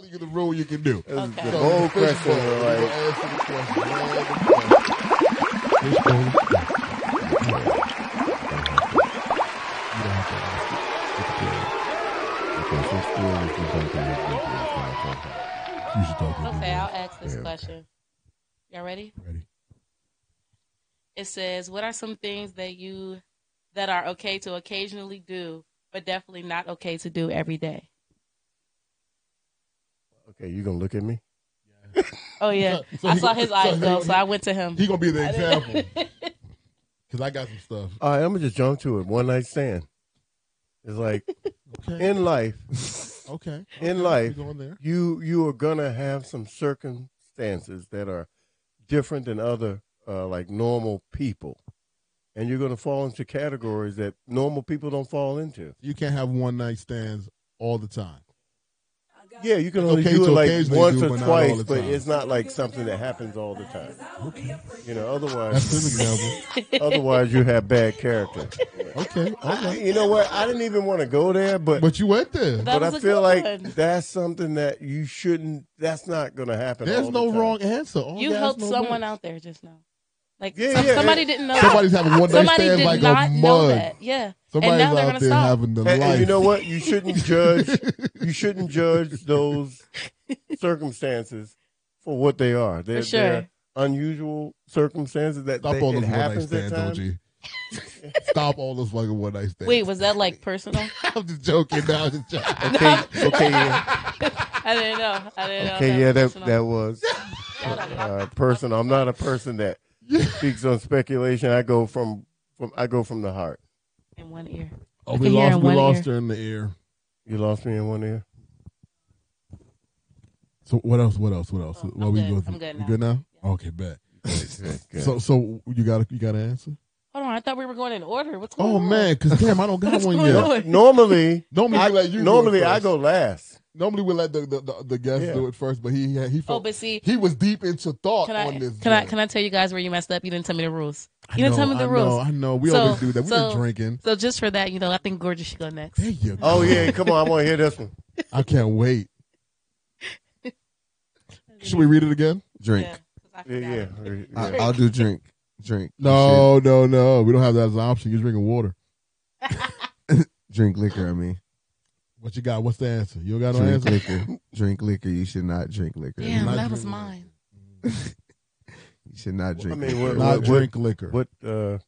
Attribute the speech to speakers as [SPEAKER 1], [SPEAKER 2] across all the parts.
[SPEAKER 1] king of the road you can do.
[SPEAKER 2] This is
[SPEAKER 3] Okay.
[SPEAKER 2] the whole
[SPEAKER 1] First of
[SPEAKER 2] question.
[SPEAKER 1] all, we gonna
[SPEAKER 2] Like,
[SPEAKER 1] answer the question, all the questions. This one- You don't have to ask it. Okay, so it's still if you don't think it's good, it's fine, fine. You should talk to
[SPEAKER 3] Okay,
[SPEAKER 1] me.
[SPEAKER 3] I'll ask this
[SPEAKER 1] Yeah, okay.
[SPEAKER 3] question. Y'all ready?
[SPEAKER 1] Ready?
[SPEAKER 3] It says, "What are some things that you that are okay to occasionally do, but definitely not okay to do every day?"
[SPEAKER 2] okay, you gonna look at me?
[SPEAKER 3] Oh yeah,
[SPEAKER 1] So- so
[SPEAKER 3] I
[SPEAKER 1] he
[SPEAKER 3] saw
[SPEAKER 1] go-
[SPEAKER 3] his
[SPEAKER 1] so
[SPEAKER 3] eyes
[SPEAKER 1] he
[SPEAKER 3] go,
[SPEAKER 1] go-
[SPEAKER 3] so I went to him.
[SPEAKER 1] He gonna be the
[SPEAKER 3] I
[SPEAKER 1] example
[SPEAKER 3] didn't-
[SPEAKER 1] because I got some stuff.
[SPEAKER 2] All right, I'm gonna just jump to it. One night stand. It's like
[SPEAKER 1] Okay.
[SPEAKER 2] in life,
[SPEAKER 1] okay.
[SPEAKER 2] in
[SPEAKER 1] okay,
[SPEAKER 2] life,
[SPEAKER 1] we going there.
[SPEAKER 2] you you are gonna have some circumstances that are different than other uh, like normal people, and you're gonna fall into categories that normal people don't fall into.
[SPEAKER 1] You can't have one night stands all the time.
[SPEAKER 2] Yeah, you can
[SPEAKER 1] It's
[SPEAKER 2] only
[SPEAKER 1] okay
[SPEAKER 2] do it
[SPEAKER 1] to
[SPEAKER 2] like
[SPEAKER 1] occasionally
[SPEAKER 2] once
[SPEAKER 1] do,
[SPEAKER 2] or
[SPEAKER 1] but not all
[SPEAKER 2] twice,
[SPEAKER 1] the
[SPEAKER 2] but
[SPEAKER 1] time.
[SPEAKER 2] it's not like something that happens all the time. You know,
[SPEAKER 1] That's an
[SPEAKER 2] otherwise,
[SPEAKER 1] example.
[SPEAKER 2] otherwise you have bad character.
[SPEAKER 1] Okay. All
[SPEAKER 2] I-
[SPEAKER 1] right.
[SPEAKER 2] you know what? I didn't even want to go there, but
[SPEAKER 1] But you went there.
[SPEAKER 3] That
[SPEAKER 2] but
[SPEAKER 3] was
[SPEAKER 2] I
[SPEAKER 3] a
[SPEAKER 2] feel
[SPEAKER 3] good
[SPEAKER 2] like
[SPEAKER 3] one.
[SPEAKER 2] that's something that you shouldn't. That's not going to happen.
[SPEAKER 1] There's
[SPEAKER 2] all the
[SPEAKER 1] no
[SPEAKER 2] time.
[SPEAKER 1] wrong answer. All
[SPEAKER 3] You
[SPEAKER 1] there's
[SPEAKER 3] helped
[SPEAKER 1] no
[SPEAKER 3] someone
[SPEAKER 1] right.
[SPEAKER 3] out there just now. Like
[SPEAKER 2] Yeah,
[SPEAKER 3] some-
[SPEAKER 2] yeah,
[SPEAKER 3] somebody
[SPEAKER 2] it-
[SPEAKER 3] didn't know.
[SPEAKER 1] Somebody's having one night
[SPEAKER 3] Somebody
[SPEAKER 1] stands
[SPEAKER 3] did
[SPEAKER 1] like
[SPEAKER 3] not
[SPEAKER 1] a
[SPEAKER 3] know
[SPEAKER 1] mud.
[SPEAKER 3] that. Yeah, and
[SPEAKER 1] Somebody's
[SPEAKER 3] now they're
[SPEAKER 1] out
[SPEAKER 3] gonna
[SPEAKER 1] there
[SPEAKER 3] stop.
[SPEAKER 1] having the
[SPEAKER 2] And, and
[SPEAKER 1] life.
[SPEAKER 2] you know what? You shouldn't judge. you shouldn't judge those circumstances for what they are. They're,
[SPEAKER 3] For sure.
[SPEAKER 2] they're unusual circumstances that
[SPEAKER 1] Stop
[SPEAKER 2] they,
[SPEAKER 1] all
[SPEAKER 2] it
[SPEAKER 1] those one night
[SPEAKER 2] happens at
[SPEAKER 1] stands,
[SPEAKER 2] times.
[SPEAKER 1] OG. Stop all those fucking one night stands.
[SPEAKER 3] Wait, was that like personal?
[SPEAKER 1] I'm just joking. Now I'm just joking.
[SPEAKER 2] Okay, okay, yeah,
[SPEAKER 3] I didn't know. I didn't know.
[SPEAKER 2] okay, yeah. That
[SPEAKER 3] was
[SPEAKER 2] that was uh, personal. I'm not a person that speaks on speculation. I go from from I go from the heart.
[SPEAKER 3] personal. in one ear.
[SPEAKER 1] Oh,
[SPEAKER 3] I
[SPEAKER 1] we
[SPEAKER 3] can hear
[SPEAKER 1] lost.
[SPEAKER 3] in
[SPEAKER 1] We
[SPEAKER 3] one
[SPEAKER 1] lost
[SPEAKER 3] ear.
[SPEAKER 1] her in the air.
[SPEAKER 2] You lost me in one ear.
[SPEAKER 1] So what else? What else? What else?
[SPEAKER 3] Oh,
[SPEAKER 1] what
[SPEAKER 3] I'm
[SPEAKER 1] we
[SPEAKER 3] good.
[SPEAKER 1] going
[SPEAKER 3] I'm
[SPEAKER 1] through?
[SPEAKER 3] good
[SPEAKER 1] We
[SPEAKER 3] now.
[SPEAKER 1] good now? Okay, bet. So
[SPEAKER 2] So
[SPEAKER 1] so you got to you got to answer.
[SPEAKER 3] Hold on, I thought we were going in order. What's going
[SPEAKER 1] Oh
[SPEAKER 3] on?
[SPEAKER 1] man, because damn, I don't got
[SPEAKER 3] What's
[SPEAKER 1] one
[SPEAKER 3] going
[SPEAKER 1] yet.
[SPEAKER 3] on?
[SPEAKER 2] normally,
[SPEAKER 1] Normally,
[SPEAKER 2] I,
[SPEAKER 1] we let you do it
[SPEAKER 2] normally I
[SPEAKER 1] first.
[SPEAKER 2] go last.
[SPEAKER 1] Normally we let the the, the, the guests
[SPEAKER 2] Yeah.
[SPEAKER 1] do it first, but he he
[SPEAKER 3] Oh,
[SPEAKER 1] felt,
[SPEAKER 3] but see,
[SPEAKER 1] he was deep into thought
[SPEAKER 3] can
[SPEAKER 1] on
[SPEAKER 3] I
[SPEAKER 1] this.
[SPEAKER 3] can I
[SPEAKER 1] joint.
[SPEAKER 3] can I tell you guys where you messed up? You didn't tell me the rules. You didn't
[SPEAKER 1] know,
[SPEAKER 3] tell me the
[SPEAKER 1] I Know,
[SPEAKER 3] rules.
[SPEAKER 1] I know. We
[SPEAKER 3] So-
[SPEAKER 1] always do that. We've
[SPEAKER 3] so-
[SPEAKER 1] been drinking.
[SPEAKER 3] So just for that, you know, I think Gorgeous should go next.
[SPEAKER 1] There you go.
[SPEAKER 2] Oh yeah, come on, I want to hear this one.
[SPEAKER 1] I can't wait. Should we read it again?
[SPEAKER 4] Drink.
[SPEAKER 3] Yeah, 'cause I
[SPEAKER 2] Yeah,
[SPEAKER 3] forgot.
[SPEAKER 2] yeah. yeah.
[SPEAKER 4] I, I'll do drink. Drink.
[SPEAKER 1] No, no, no. We don't have that as an option. You're drinking water.
[SPEAKER 4] Shit. Drink liquor, I mean.
[SPEAKER 1] What you got? What's the answer? You don't got no
[SPEAKER 4] drink
[SPEAKER 1] answer.
[SPEAKER 4] liquor. Drink liquor. You should not drink liquor.
[SPEAKER 3] Damn,
[SPEAKER 1] Not
[SPEAKER 3] that was
[SPEAKER 1] drinking.
[SPEAKER 3] mine.
[SPEAKER 4] You should
[SPEAKER 2] Well,
[SPEAKER 4] not
[SPEAKER 2] I
[SPEAKER 4] drink
[SPEAKER 2] mean, what-
[SPEAKER 4] liquor.
[SPEAKER 1] Not drink liquor.
[SPEAKER 2] What uh,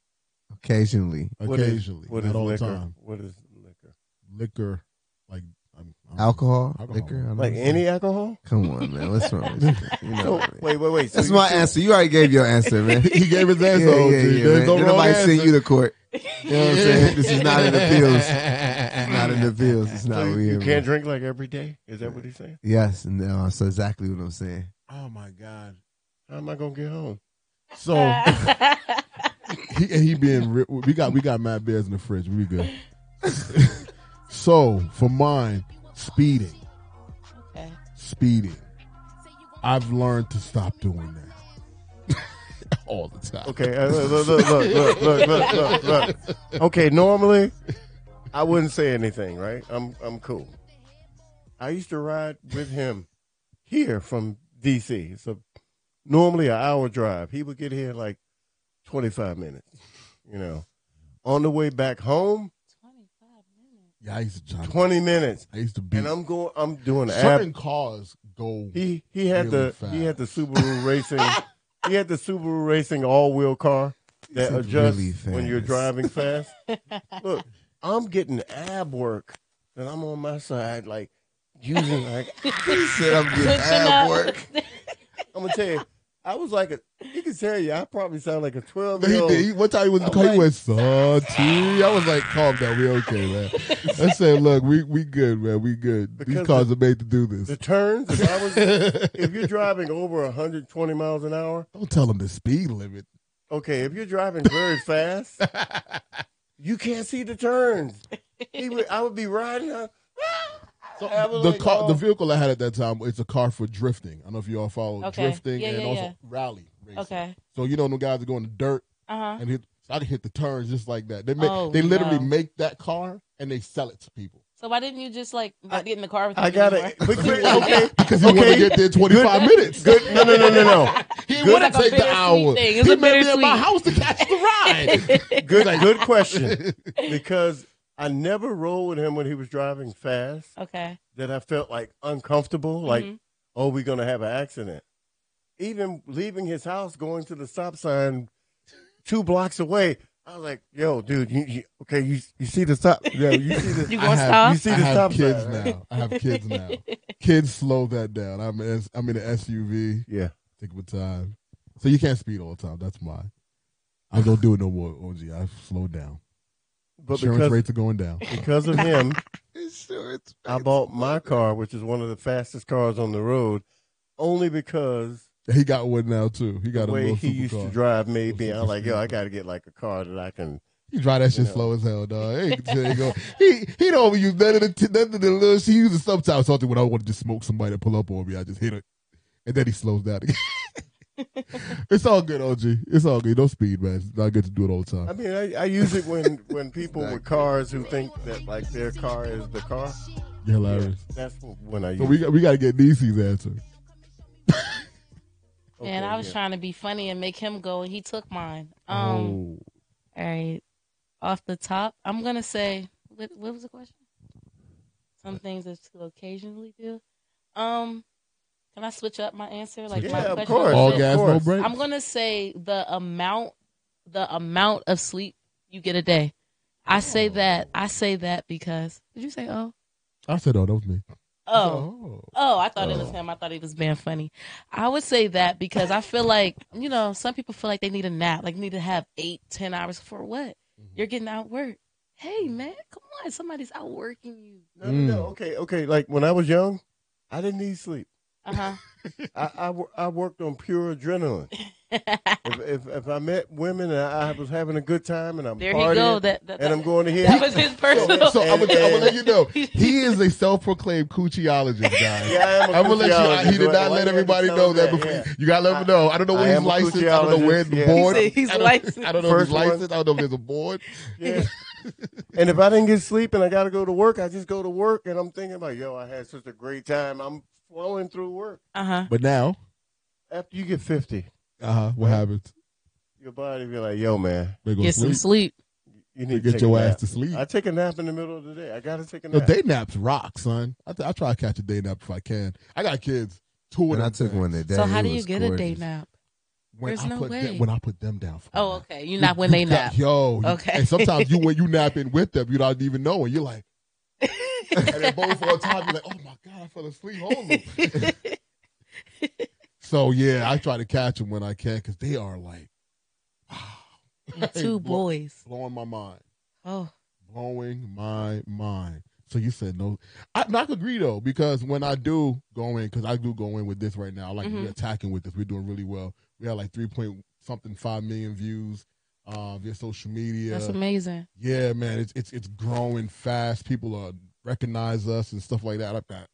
[SPEAKER 4] Occasionally.
[SPEAKER 2] what is-
[SPEAKER 1] Occasionally,
[SPEAKER 2] what
[SPEAKER 1] not
[SPEAKER 2] is
[SPEAKER 1] all
[SPEAKER 2] liquor?
[SPEAKER 1] the time.
[SPEAKER 2] What is liquor?
[SPEAKER 1] Liquor, like I'm, I'm,
[SPEAKER 4] Alcohol.
[SPEAKER 1] Alcohol.
[SPEAKER 4] Liquor. I don't
[SPEAKER 2] Uh-huh. Like
[SPEAKER 4] know.
[SPEAKER 2] any alcohol?
[SPEAKER 4] Come on, man. What's wrong with you? You know,
[SPEAKER 2] So, wait, wait, wait. So
[SPEAKER 4] That's
[SPEAKER 2] you
[SPEAKER 4] my
[SPEAKER 2] two-
[SPEAKER 4] answer. You already gave your answer, man.
[SPEAKER 1] He gave his answer.
[SPEAKER 4] yeah,
[SPEAKER 1] OG.
[SPEAKER 4] yeah,
[SPEAKER 1] There's
[SPEAKER 4] yeah, man.
[SPEAKER 1] no
[SPEAKER 4] Ain't
[SPEAKER 1] wrong
[SPEAKER 4] nobody
[SPEAKER 1] answer.
[SPEAKER 4] sent you to court. You know what I'm saying? This is not in the bills. It's not in the bills. It's not
[SPEAKER 2] so you,
[SPEAKER 4] weird.
[SPEAKER 2] you can't drink like every day. Is that what he's saying?
[SPEAKER 4] Yes, no. That's exactly what I'm saying.
[SPEAKER 1] Oh my god.
[SPEAKER 2] How am I gonna get home?
[SPEAKER 1] So he and he being re- we got we got mad bears in the fridge. We good. so for mine, speeding,
[SPEAKER 3] Okay.
[SPEAKER 1] speeding. I've learned to stop doing that all the time.
[SPEAKER 2] Okay, uh, look, look, look, look, look, look, look, look. Okay, normally I wouldn't say anything, right? I'm I'm cool. I used to ride with him here from DC. It's a normally an hour drive. He would get here in like 25 minutes, you know. On the way back home,
[SPEAKER 3] Twenty-five minutes.
[SPEAKER 1] Yeah, I used to.
[SPEAKER 2] 20 minutes,
[SPEAKER 1] I used to be.
[SPEAKER 2] and I'm going. I'm doing the app.
[SPEAKER 1] certain cars go.
[SPEAKER 2] He he had
[SPEAKER 1] really
[SPEAKER 2] the he had the Subaru racing. he had the Subaru racing all wheel car that
[SPEAKER 4] It's
[SPEAKER 2] adjusts
[SPEAKER 4] really
[SPEAKER 2] when you're
[SPEAKER 4] fast.
[SPEAKER 2] driving fast. Look, I'm getting ab work, and I'm on my side like using like
[SPEAKER 4] He said I'm getting
[SPEAKER 3] Pushing up.
[SPEAKER 4] ab work.
[SPEAKER 2] I'm gonna tell you, I was like a you can tell you I probably sound like a twelve
[SPEAKER 1] He
[SPEAKER 2] year old.
[SPEAKER 1] did. He, one time he was in the car, he
[SPEAKER 2] like-
[SPEAKER 1] went salty. I was like, calm down, we okay, man. I said, look, we we good, man, we good. These
[SPEAKER 2] Because
[SPEAKER 1] cars are made to do this.
[SPEAKER 2] The turns, if I was if you're driving over 120 miles an hour,
[SPEAKER 1] Don't tell them the speed limit.
[SPEAKER 2] okay, if you're driving very fast, you can't see the turns. He would, I would be riding up.
[SPEAKER 1] So
[SPEAKER 2] I was
[SPEAKER 1] the
[SPEAKER 2] like,
[SPEAKER 1] car,
[SPEAKER 2] oh.
[SPEAKER 1] the vehicle I had at that time, it's a car for drifting. I don't know if you all follow
[SPEAKER 3] Okay.
[SPEAKER 1] drifting
[SPEAKER 3] Yeah,
[SPEAKER 1] and
[SPEAKER 3] yeah,
[SPEAKER 1] also
[SPEAKER 3] yeah.
[SPEAKER 1] rally racing.
[SPEAKER 3] Okay.
[SPEAKER 1] So you know, the guys are going to dirt
[SPEAKER 3] Uh huh.
[SPEAKER 1] and hit. I can hit the turns just like that. They make,
[SPEAKER 3] Oh,
[SPEAKER 1] they literally
[SPEAKER 3] wow.
[SPEAKER 1] make that car and they sell it to people.
[SPEAKER 3] So So why didn't you just like not get in the car with me
[SPEAKER 2] I got
[SPEAKER 3] anymore?
[SPEAKER 2] it. But- Okay.
[SPEAKER 1] Because he wanted
[SPEAKER 2] Okay.
[SPEAKER 1] to get there in 25 minutes.
[SPEAKER 2] Good. No, no, no, no, no.
[SPEAKER 1] He
[SPEAKER 3] Good.
[SPEAKER 1] wouldn't
[SPEAKER 3] It's like a
[SPEAKER 1] take the
[SPEAKER 3] bittersweet
[SPEAKER 1] hour.
[SPEAKER 3] thing.
[SPEAKER 1] He
[SPEAKER 3] It's a
[SPEAKER 1] met me at my
[SPEAKER 3] bittersweet.
[SPEAKER 1] house to catch the ride.
[SPEAKER 2] Good, good question. Because I never rolled with him when he was driving fast
[SPEAKER 3] okay.
[SPEAKER 2] that I felt like uncomfortable, like,
[SPEAKER 3] Mhm.
[SPEAKER 2] oh, we're going to have an accident. Even leaving his house, going to the stop sign two blocks away, I was like, yo, dude, you, you, okay, you, you see the stop. Yeah, you see the.
[SPEAKER 3] you
[SPEAKER 1] I
[SPEAKER 3] gonna
[SPEAKER 1] have-
[SPEAKER 3] stop?
[SPEAKER 2] you see
[SPEAKER 1] I
[SPEAKER 2] the
[SPEAKER 1] have
[SPEAKER 2] stop
[SPEAKER 1] kids
[SPEAKER 2] sign. right?
[SPEAKER 1] now. I have kids now. Kids slow that down. I'm in, I'm in an SUV.
[SPEAKER 2] Yeah.
[SPEAKER 1] Take my time. So you can't speed all the time. That's mine. I don't do it no more, OG. I slowed down.
[SPEAKER 2] But
[SPEAKER 1] Insurance
[SPEAKER 2] because,
[SPEAKER 1] rates are going down.
[SPEAKER 2] because of him,
[SPEAKER 1] Insurance
[SPEAKER 2] I bought my car, which is one of the fastest cars on the road, only because
[SPEAKER 1] He got one now too. He got
[SPEAKER 2] the
[SPEAKER 1] a
[SPEAKER 2] way
[SPEAKER 1] little
[SPEAKER 2] he used
[SPEAKER 1] supercar.
[SPEAKER 2] to drive made me.
[SPEAKER 1] Little
[SPEAKER 2] I'm like, yo,
[SPEAKER 1] superspeed.
[SPEAKER 2] I got to get like a car that I can.
[SPEAKER 1] He drive that shit
[SPEAKER 2] You know.
[SPEAKER 1] slow as hell, dog. He, ain't- he ain't go- he he don't use none of the t- none of the little. He uses sometimes something when I want to just smoke somebody to pull up on me. I just hit it, and then he slows down. again. it's all good, OG. It's all good. No speed, man. It's not good to do it all the
[SPEAKER 2] I
[SPEAKER 1] time.
[SPEAKER 2] mean, I, I use it when when people
[SPEAKER 1] Exactly.
[SPEAKER 2] with cars who think that like their car is the car.
[SPEAKER 1] You're
[SPEAKER 2] Yeah,
[SPEAKER 1] hilarious.
[SPEAKER 2] that's when I use.
[SPEAKER 1] So we got we got to get Niecy's answer.
[SPEAKER 2] it.
[SPEAKER 3] and
[SPEAKER 2] Okay,
[SPEAKER 3] I was
[SPEAKER 2] yeah.
[SPEAKER 3] trying to be funny and make him go, and he took mine. Um,
[SPEAKER 2] oh,
[SPEAKER 3] all right. Off the top, I'm gonna say, what, what was the question? Some things that you occasionally do. Um, can I switch up my answer? Like my
[SPEAKER 2] yeah, of
[SPEAKER 3] question was
[SPEAKER 2] course.
[SPEAKER 1] All
[SPEAKER 3] so-
[SPEAKER 2] of
[SPEAKER 1] gas, no
[SPEAKER 2] course.
[SPEAKER 1] break?
[SPEAKER 3] I'm gonna say the amount, the amount of sleep you get a day. I say
[SPEAKER 2] Oh.
[SPEAKER 3] that. I say that because did you say oh
[SPEAKER 1] I said, "Oh, that was me."
[SPEAKER 3] oh oh I thought it was
[SPEAKER 1] Oh.
[SPEAKER 3] him. I thought he was being funny. I would say that because I feel like you know some people feel like they need a nap, like need to have eight, ten hours for what?
[SPEAKER 1] Mm-hmm.
[SPEAKER 3] You're getting out work. Hey man, come on, somebody's out working you.
[SPEAKER 2] No, no, no.
[SPEAKER 1] Mm.
[SPEAKER 2] Okay, okay. Like when I was young, I didn't need sleep.
[SPEAKER 3] Uh
[SPEAKER 2] I I, wor- I worked on pure adrenaline.
[SPEAKER 3] huh.
[SPEAKER 2] If, if if I met women and I was having a good time and I'm
[SPEAKER 3] there
[SPEAKER 2] partying
[SPEAKER 3] he go. That, that,
[SPEAKER 2] and I'm going to hear
[SPEAKER 3] that was his
[SPEAKER 2] Oh.
[SPEAKER 3] personal.
[SPEAKER 1] So I'm gonna I'm gonna let you know
[SPEAKER 3] He-
[SPEAKER 1] he is a self-proclaimed coochieologist, guys.
[SPEAKER 2] Yeah, I
[SPEAKER 1] I'm
[SPEAKER 2] am a
[SPEAKER 1] gonna let you.
[SPEAKER 2] physiologist.
[SPEAKER 1] out. He did
[SPEAKER 2] Why-
[SPEAKER 1] not let
[SPEAKER 2] why you had to
[SPEAKER 1] everybody
[SPEAKER 2] tell
[SPEAKER 1] know
[SPEAKER 2] him
[SPEAKER 1] that before.
[SPEAKER 2] yeah.
[SPEAKER 1] You gotta let him know. I don't know
[SPEAKER 2] I
[SPEAKER 1] where
[SPEAKER 2] am
[SPEAKER 1] he's
[SPEAKER 2] a
[SPEAKER 1] licensed. I don't know where
[SPEAKER 2] physiologist,
[SPEAKER 1] the
[SPEAKER 2] yeah.
[SPEAKER 1] board.
[SPEAKER 3] He said he's
[SPEAKER 1] I don't-
[SPEAKER 3] licensed.
[SPEAKER 1] I don't know if
[SPEAKER 2] First
[SPEAKER 1] he's
[SPEAKER 2] one.
[SPEAKER 1] licensed. I don't know if there's a board.
[SPEAKER 2] Yeah. and if I didn't get sleep and I got to go to work, I just go to work and I'm thinking about, yo, I had such a great time. I'm flowing through work.
[SPEAKER 3] Uh huh.
[SPEAKER 1] But now,
[SPEAKER 2] After you get 50,
[SPEAKER 1] uh huh. What happens?
[SPEAKER 2] your body be like, yo, man,
[SPEAKER 1] They go
[SPEAKER 3] Get some
[SPEAKER 1] sleep.
[SPEAKER 3] sleep.
[SPEAKER 2] you
[SPEAKER 1] They
[SPEAKER 2] need to
[SPEAKER 1] get
[SPEAKER 2] take
[SPEAKER 1] your
[SPEAKER 2] a
[SPEAKER 1] ass
[SPEAKER 2] nap.
[SPEAKER 1] to sleep.
[SPEAKER 2] I take a nap in the middle of the day. I got to take a
[SPEAKER 1] No,
[SPEAKER 2] nap.
[SPEAKER 1] day naps rock, son. I, th- I try to catch a day nap if I can. I got kids. Two of
[SPEAKER 4] And
[SPEAKER 1] them.
[SPEAKER 4] I took
[SPEAKER 1] things.
[SPEAKER 4] one today.
[SPEAKER 3] So how
[SPEAKER 4] It
[SPEAKER 3] do you
[SPEAKER 4] was
[SPEAKER 3] get a day
[SPEAKER 4] gorgeous.
[SPEAKER 3] nap?
[SPEAKER 1] When
[SPEAKER 3] There's
[SPEAKER 1] I
[SPEAKER 3] no
[SPEAKER 1] put them-
[SPEAKER 3] way.
[SPEAKER 1] when I put them down. For a
[SPEAKER 3] Oh,
[SPEAKER 1] nap.
[SPEAKER 3] okay. You're not when they
[SPEAKER 1] You got-
[SPEAKER 3] nap.
[SPEAKER 1] Yo, you-
[SPEAKER 3] Okay.
[SPEAKER 1] And sometimes you when you napping with them, you don't even know, and you're like, and then both for a time, you're like, oh my god, I fell asleep. Hold on. So yeah, I try to catch them when I can because they are like
[SPEAKER 3] Two boys.
[SPEAKER 1] blowing my mind,
[SPEAKER 3] Oh,
[SPEAKER 1] blowing my mind. So you said no. I'm not gonna agree though because when I do go in, because I do go in with this right now, like
[SPEAKER 3] Mhm.
[SPEAKER 1] we're attacking with this, we're doing really well. We had like three point something five million views uh, via social media.
[SPEAKER 3] that's amazing.
[SPEAKER 1] Yeah, man, it's it's it's growing fast. People uh, recognize us and stuff like that. I'm, not,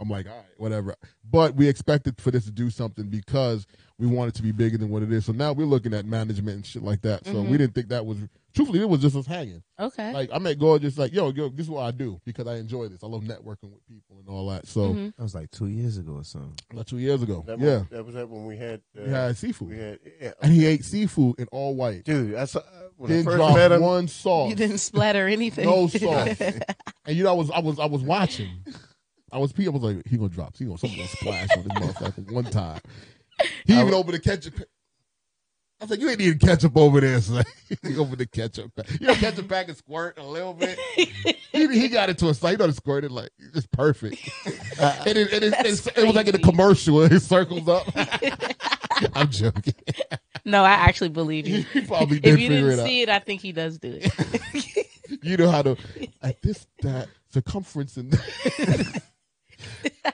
[SPEAKER 1] I'm like, all right, whatever. But we expected for this to do something because we want it to be bigger than what it is. So now we're looking at management and shit like that. So
[SPEAKER 3] Mhm.
[SPEAKER 1] we didn't think that was truthfully it was just us hanging.
[SPEAKER 3] Okay.
[SPEAKER 1] Like I met gorgeous, like yo, yo, this is what I do because I enjoy this. I love networking with people and all that. So
[SPEAKER 3] Mhm.
[SPEAKER 4] That was like two years ago or something.
[SPEAKER 1] about two years ago,
[SPEAKER 2] That was,
[SPEAKER 1] yeah,
[SPEAKER 2] That was that when we had. Uh,
[SPEAKER 1] we had seafood
[SPEAKER 2] We had. Yeah.
[SPEAKER 1] and he ate seafood in all white.
[SPEAKER 2] Dude, I saw, when I
[SPEAKER 1] Didn't
[SPEAKER 2] first met
[SPEAKER 1] drop
[SPEAKER 2] him,
[SPEAKER 1] one sauce.
[SPEAKER 3] You didn't splatter anything.
[SPEAKER 1] No sauce. And you know, I was, I was, I was watching. I was, I was like, he gonna drop, he gonna something gonna splash on this motherfucker one time. He
[SPEAKER 2] I
[SPEAKER 1] even
[SPEAKER 2] was-
[SPEAKER 1] opened the ketchup. pa- I was like, you ain't even ketchup over there, son. he opened the ketchup. pa- You know, ketchup pack and squirt a little bit. He, he got into a site, you know, the squirt it like it's perfect.
[SPEAKER 2] I,
[SPEAKER 1] And it, and it,
[SPEAKER 3] That's
[SPEAKER 1] it, it was like in a
[SPEAKER 3] crazy.
[SPEAKER 1] commercial. It circles up. I'm joking.
[SPEAKER 3] no, I actually believe you.
[SPEAKER 1] He probably did
[SPEAKER 3] If you
[SPEAKER 1] figure it
[SPEAKER 3] didn't
[SPEAKER 1] out.
[SPEAKER 3] see it, I think he does do it.
[SPEAKER 1] You know how to at this that circumference and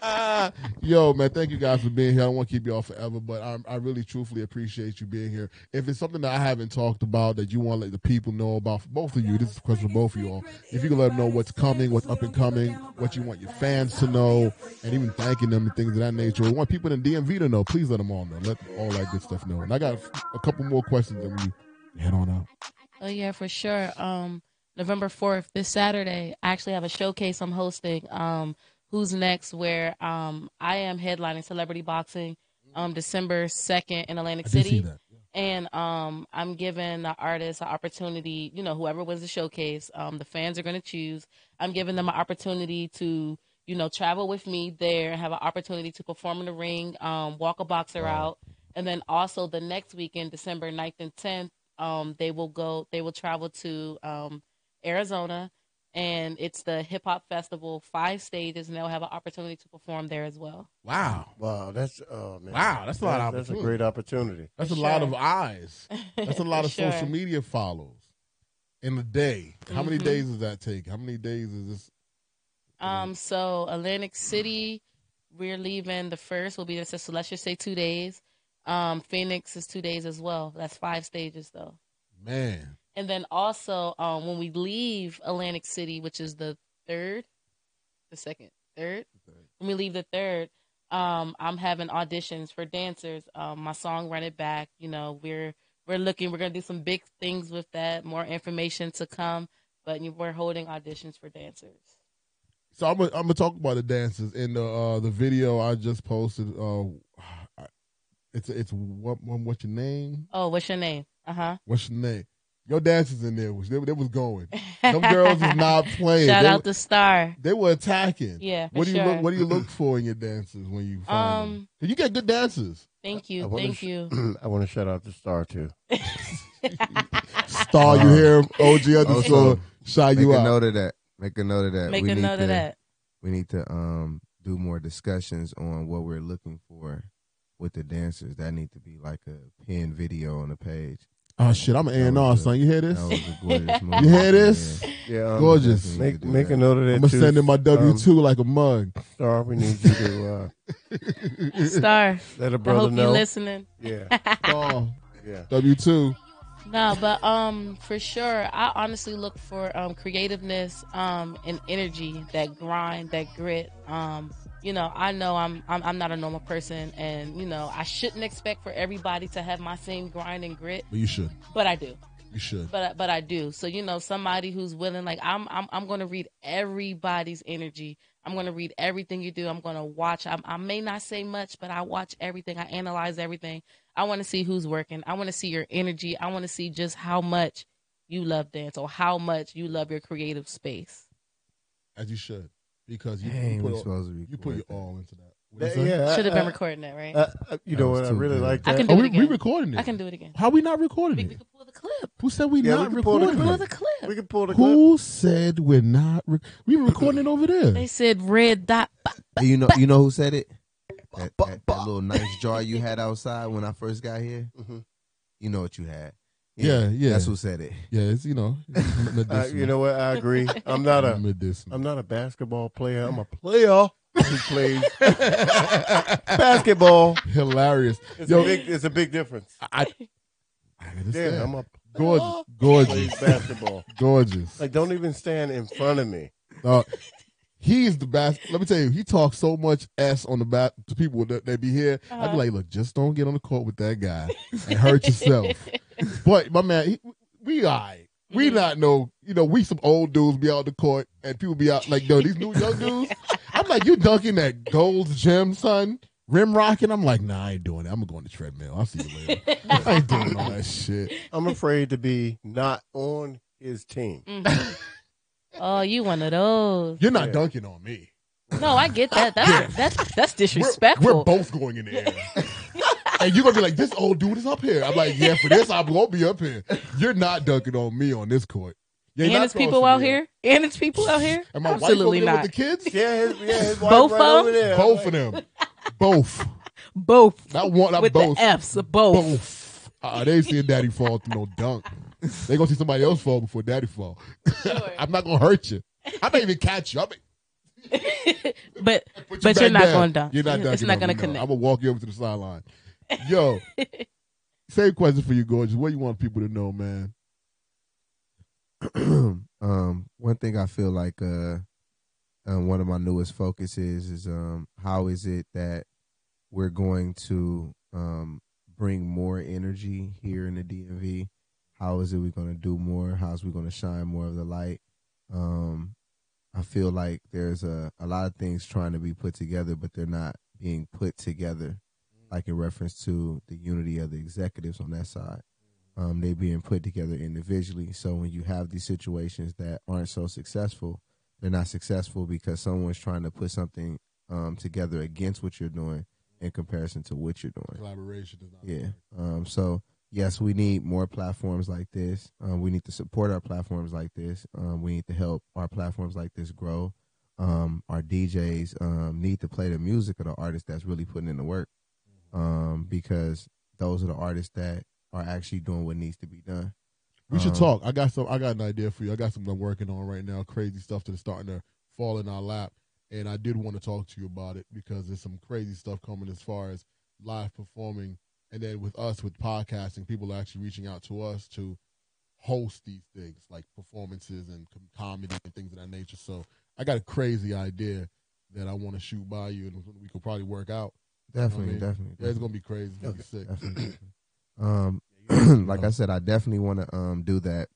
[SPEAKER 1] Ah, yo man, thank you guys for being here. I don't want to keep y'all forever, but I, I really truthfully appreciate you being here. If it's something that I haven't talked about that you want to let the people know about, for both of you, this is a question for both of you all. If you can let them know what's coming, what's up and coming, what you want your fans to know, and even thanking them and things of that nature. We want people in DMV to know. Please let them all know. Let all that good stuff know. And I got a, a couple more questions that we head on out.
[SPEAKER 3] oh yeah, for sure. Um, November 4th, this Saturday, I actually have a showcase I'm hosting. Um, Who's Next, where um, I am headlining celebrity boxing um, December 2nd in Atlantic
[SPEAKER 4] I did see
[SPEAKER 3] City.
[SPEAKER 4] that.
[SPEAKER 3] And um, I'm giving the artists an opportunity, you know, whoever wins the showcase, um, the fans are going to choose. I'm giving them an opportunity to, you know, travel with me there and have an opportunity to perform in the ring, um, walk a boxer
[SPEAKER 4] Wow.
[SPEAKER 3] out. And then also the next weekend, December 9th and 10th, um, they will go, they will travel to um, Arizona. And it's the hip hop festival, five stages, and they'll have an opportunity to perform there as well.
[SPEAKER 4] Wow.
[SPEAKER 2] Wow, that's oh man.
[SPEAKER 4] Wow, that's a lot of
[SPEAKER 2] That's a
[SPEAKER 4] opportunity.
[SPEAKER 2] great opportunity.
[SPEAKER 1] That's
[SPEAKER 3] For
[SPEAKER 1] a lot
[SPEAKER 3] sure.
[SPEAKER 1] of eyes. That's a lot of
[SPEAKER 3] Sure.
[SPEAKER 1] social media follows in a day. How many
[SPEAKER 3] Mhm.
[SPEAKER 1] days does that take? How many days is this?
[SPEAKER 3] Um, so Atlantic City, we're leaving the first. We'll be there. So so let's just say two days. Um, Phoenix is two days as well. That's five stages though.
[SPEAKER 1] Man,
[SPEAKER 3] And then also, um, when we leave Atlantic City, which is the third, the second, third, when we leave the third, um, I'm having auditions for dancers. Um, my song "Run It Back," you know, we're we're looking. We're gonna do some big things with that. More information to come, but we're holding auditions for dancers.
[SPEAKER 1] So I'm gonna I'm gonna talk about the dances in the uh, the video I just posted. Uh, I- it's it's what what- what's your name?
[SPEAKER 3] Oh, what's your name? Uh huh.
[SPEAKER 1] What's your name? Your dancers in there was they, they was going. Them girls is not playing.
[SPEAKER 3] Shout
[SPEAKER 1] they,
[SPEAKER 3] out
[SPEAKER 1] were-
[SPEAKER 3] to Star.
[SPEAKER 1] they were attacking.
[SPEAKER 3] Yeah. for
[SPEAKER 1] What do you
[SPEAKER 3] sure.
[SPEAKER 1] look What do you look for in your dancers when you Uh, find them?
[SPEAKER 3] Um,
[SPEAKER 1] 'Cause You get good dancers.
[SPEAKER 3] Thank
[SPEAKER 2] I
[SPEAKER 3] you.
[SPEAKER 2] wanna
[SPEAKER 3] Thank
[SPEAKER 2] sh-
[SPEAKER 3] you.
[SPEAKER 2] I want to shout out to Star too.
[SPEAKER 1] Star, you
[SPEAKER 5] Wow.
[SPEAKER 1] hear him? OG underscore
[SPEAKER 5] Also,
[SPEAKER 1] shout
[SPEAKER 5] Oh, Make
[SPEAKER 1] you
[SPEAKER 5] a
[SPEAKER 1] out.
[SPEAKER 5] note of that. Make a note of that.
[SPEAKER 3] Make
[SPEAKER 5] we
[SPEAKER 3] a
[SPEAKER 5] need
[SPEAKER 3] note
[SPEAKER 5] to,
[SPEAKER 3] of that.
[SPEAKER 5] We need to um do more discussions on what we're looking for with the dancers. That need to be like a pin video on the page.
[SPEAKER 1] Oh shit, I'm an A&R,
[SPEAKER 5] was a-
[SPEAKER 1] son. You hear
[SPEAKER 5] That
[SPEAKER 1] this?
[SPEAKER 5] was a gorgeous moment.
[SPEAKER 1] You hear this?
[SPEAKER 2] oh. Yeah, um,
[SPEAKER 1] Gorgeous.
[SPEAKER 2] Make make a note of that.
[SPEAKER 1] I'm gonna
[SPEAKER 2] too.
[SPEAKER 1] send in my W
[SPEAKER 2] Um,
[SPEAKER 1] two like a mug.
[SPEAKER 2] Star, we need you to uh,
[SPEAKER 3] Star.
[SPEAKER 2] let a
[SPEAKER 3] I
[SPEAKER 2] brother
[SPEAKER 3] hope
[SPEAKER 2] know.
[SPEAKER 3] you're listening.
[SPEAKER 2] Yeah,
[SPEAKER 1] Star,
[SPEAKER 2] yeah.
[SPEAKER 1] W two.
[SPEAKER 3] No, but um, for sure, I honestly look for um creativeness, um, and energy, that grind, that grit. Um, you know, I know I'm I'm I'm not a normal person, and you know I shouldn't expect for everybody to have my same grind and grit,
[SPEAKER 1] But you should.
[SPEAKER 3] but I do.
[SPEAKER 1] You should.
[SPEAKER 3] but but I do. So you know, somebody who's willing, like I'm, I'm, I'm going to read everybody's energy. I'm going to read everything you do. I'm going to watch. I, I may not say much, but I watch everything. I analyze everything. I want to see who's working. I want to see your energy. I want to see just how much you love dance or how much you love your creative space.
[SPEAKER 1] As you should. Because you,
[SPEAKER 5] Dang, we
[SPEAKER 1] you put, all,
[SPEAKER 5] supposed to be
[SPEAKER 1] you put your
[SPEAKER 5] correcting.
[SPEAKER 1] all into that. What
[SPEAKER 2] That-
[SPEAKER 1] you say?
[SPEAKER 2] yeah,
[SPEAKER 3] Should have
[SPEAKER 1] uh,
[SPEAKER 3] been
[SPEAKER 2] I-
[SPEAKER 3] recording that, right?
[SPEAKER 2] I- I- you know
[SPEAKER 5] That was
[SPEAKER 2] what? I
[SPEAKER 5] too
[SPEAKER 2] really
[SPEAKER 5] good.
[SPEAKER 2] like
[SPEAKER 3] I
[SPEAKER 2] that.
[SPEAKER 3] can do
[SPEAKER 1] Oh,
[SPEAKER 3] it
[SPEAKER 1] we,
[SPEAKER 3] again.
[SPEAKER 1] we recording it.
[SPEAKER 3] I can do it again.
[SPEAKER 1] How we not
[SPEAKER 3] We,
[SPEAKER 1] recording
[SPEAKER 3] we
[SPEAKER 1] it?
[SPEAKER 3] can pull the clip.
[SPEAKER 1] Who said we
[SPEAKER 2] Yeah, we
[SPEAKER 1] not
[SPEAKER 2] can pull the
[SPEAKER 1] recording?
[SPEAKER 3] Pull
[SPEAKER 1] it?
[SPEAKER 3] the
[SPEAKER 2] we
[SPEAKER 3] clip.
[SPEAKER 2] can pull the clip.
[SPEAKER 1] Who said we're not? Rec- we recording it over there.
[SPEAKER 3] They said red dot.
[SPEAKER 5] Hey, you know, you know who said it? That, that, that little nice jar you had outside when I first got here.
[SPEAKER 2] Mhm.
[SPEAKER 5] You know what you had.
[SPEAKER 1] Yeah, yeah.
[SPEAKER 5] That's who said it.
[SPEAKER 1] Yeah, it's you know, it's medicinal.
[SPEAKER 2] Uh, you know what? I agree. I'm not a
[SPEAKER 1] medicinal.
[SPEAKER 2] I'm not a basketball player. I'm a player who plays basketball.
[SPEAKER 1] hilarious.
[SPEAKER 2] It's
[SPEAKER 1] Yo.
[SPEAKER 2] a big it's a big difference.
[SPEAKER 1] I, I understand.
[SPEAKER 2] Yeah, I'm a Oh.
[SPEAKER 1] gorgeous,
[SPEAKER 2] player who
[SPEAKER 1] gorgeous,
[SPEAKER 2] plays basketball.
[SPEAKER 1] gorgeous.
[SPEAKER 2] Like don't even stand in front of me.
[SPEAKER 1] Uh, he's the best. Let me tell you, he talks so much s on the back to people that they be here. I'd
[SPEAKER 3] Uh-huh.
[SPEAKER 1] be like, look, just don't get on the court with that guy and hurt yourself. but my man, he, we all right. We
[SPEAKER 3] Mhm.
[SPEAKER 1] not know, you know, we some old dudes be out the court and people be out like, yo, these new young dudes. I'm like, you dunking that gold gym, son, rim rocking. I'm like, nah, I ain't doing it. I'm gonna go on the treadmill. I'll see you later. I ain't doing all that shit.
[SPEAKER 2] I'm afraid to be not on his team.
[SPEAKER 3] Mhm. oh, you one of those.
[SPEAKER 1] You're not
[SPEAKER 2] Yeah.
[SPEAKER 1] dunking on me.
[SPEAKER 3] No, I get that. That's that's that's
[SPEAKER 1] We're-
[SPEAKER 3] disrespectful.
[SPEAKER 1] We're, both going in the air. and you're gonna be like, this old dude is up here. I'm like, yeah, for this, I won't be up here. You're not dunking on me on this court. You ain't
[SPEAKER 3] and
[SPEAKER 1] not
[SPEAKER 3] it's people
[SPEAKER 1] crossing
[SPEAKER 3] out
[SPEAKER 1] me up.
[SPEAKER 3] here. And it's people out here.
[SPEAKER 1] And my
[SPEAKER 3] Absolutely
[SPEAKER 1] wife over there
[SPEAKER 3] not.
[SPEAKER 1] with the kids.
[SPEAKER 2] Yeah, his, yeah, his wife
[SPEAKER 3] Both
[SPEAKER 2] right
[SPEAKER 3] of
[SPEAKER 2] over there.
[SPEAKER 1] both of them. Both.
[SPEAKER 3] both
[SPEAKER 1] Not one. Not
[SPEAKER 3] with
[SPEAKER 1] both.
[SPEAKER 3] the F's. Both.
[SPEAKER 1] Both. Uh, they ain't seeing daddy fall through no dunk. They gonna see somebody else fall before daddy fall. I'm not gonna hurt you. I may even catch you. I may
[SPEAKER 3] but
[SPEAKER 1] put you
[SPEAKER 3] But you're
[SPEAKER 1] back
[SPEAKER 3] not
[SPEAKER 1] down.
[SPEAKER 3] gonna dunk.
[SPEAKER 1] You're not
[SPEAKER 3] It's
[SPEAKER 1] dunking.
[SPEAKER 3] not
[SPEAKER 1] on
[SPEAKER 3] gonna
[SPEAKER 1] me, no.
[SPEAKER 3] connect.
[SPEAKER 1] I'm gonna walk you over to the sideline. Yo, same question for you, gorgeous. What you want people to know, man?
[SPEAKER 5] um, one thing I feel like uh, um, one of my newest focuses is um, how is it that we're going to um, bring more energy here in the DMV?
[SPEAKER 4] how is it we're going to do more? How's we going to shine more of the light? Um, I feel like there's a, a lot of things trying to be put together, but they're not being put together. Like in reference to the unity of the executives on that side, um, they being put together individually. So when you have these situations that aren't so successful, they're not successful because someone's trying to put something um, together against what you're doing in comparison to what you're doing.
[SPEAKER 1] Collaboration is not.
[SPEAKER 4] Yeah. Um, so yes, we need more platforms like this. Um, we need to support our platforms like this. Um, we need to help our platforms like this grow. Um, our DJs um, need to play the music of the artists that's really putting in the work, um, because those are the artists that are actually doing what needs to be done.
[SPEAKER 1] We should
[SPEAKER 4] Um,
[SPEAKER 1] talk. I got some. I got an idea for you. I got something I'm working on right now. Crazy stuff that's starting to fall in our lap, and I did want to talk to you about it because there's some crazy stuff coming as far as live performing, and then with us with podcasting, people are actually reaching out to us to host these things like performances and com- comedy and things of that nature. So I got a crazy idea that I want to shoot by you, and we could probably work out.
[SPEAKER 4] Definitely,
[SPEAKER 1] mean,
[SPEAKER 4] definitely.
[SPEAKER 1] Yeah, it's gonna be crazy. It's gonna be sick.
[SPEAKER 4] Definitely. um, like I said, I definitely want to um do that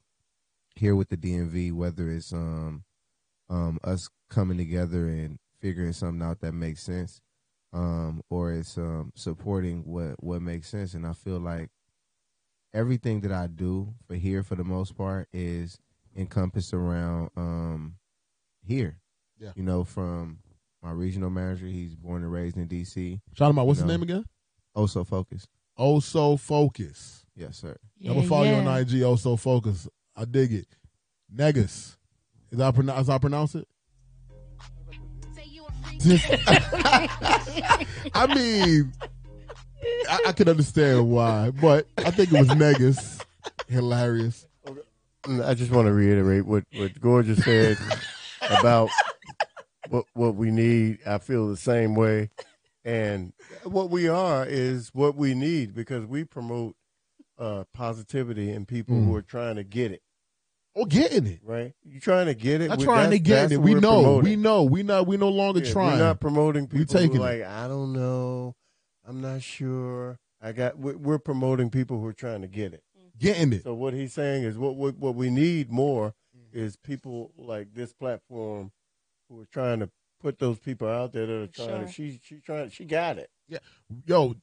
[SPEAKER 4] here with the DMV. Whether it's um um us coming together and figuring something out that makes sense, um, or it's um supporting what what makes sense. And I feel like everything that I do for here, for the most part, is encompassed around um here.
[SPEAKER 1] Yeah.
[SPEAKER 4] You know, from my regional manager, he's born and raised in DC.
[SPEAKER 1] Shout him out. What's
[SPEAKER 4] No.
[SPEAKER 1] his name again?
[SPEAKER 4] Also focused.
[SPEAKER 1] Oh, so focus.
[SPEAKER 4] Yes, sir.
[SPEAKER 1] I'm gonna follow you on IG. Oh, so focus. I dig it. Negus. Is that pronoun- is I pronounce it? I mean, I, I can understand why, but I think it was Negus. Hilarious.
[SPEAKER 2] I just want to reiterate what what Gorgeous said about what what we need. I feel the same way, and what we are is what we need because we promote uh, positivity and people who
[SPEAKER 1] Mm.
[SPEAKER 2] are trying to get it.
[SPEAKER 1] Or getting it.
[SPEAKER 2] Right? You're trying to get it.
[SPEAKER 1] Not
[SPEAKER 2] We-
[SPEAKER 1] trying to
[SPEAKER 2] that's-
[SPEAKER 1] get
[SPEAKER 2] that's
[SPEAKER 1] it.
[SPEAKER 2] what
[SPEAKER 1] We
[SPEAKER 2] we're
[SPEAKER 1] know.
[SPEAKER 2] promoting.
[SPEAKER 1] We know. We not. We no longer
[SPEAKER 2] Yeah,
[SPEAKER 1] trying.
[SPEAKER 2] We're not promoting
[SPEAKER 1] We
[SPEAKER 2] people
[SPEAKER 1] taking
[SPEAKER 2] who
[SPEAKER 1] it.
[SPEAKER 2] are like, I don't know, I'm not sure. I got. We're, we're promoting people who are trying to get it.
[SPEAKER 1] getting it.
[SPEAKER 2] So what he's saying is, what what, what we need more is people like this platform who are trying to put those people out there that are
[SPEAKER 3] For sure.
[SPEAKER 2] trying. To, she she trying. She got it.
[SPEAKER 1] yo,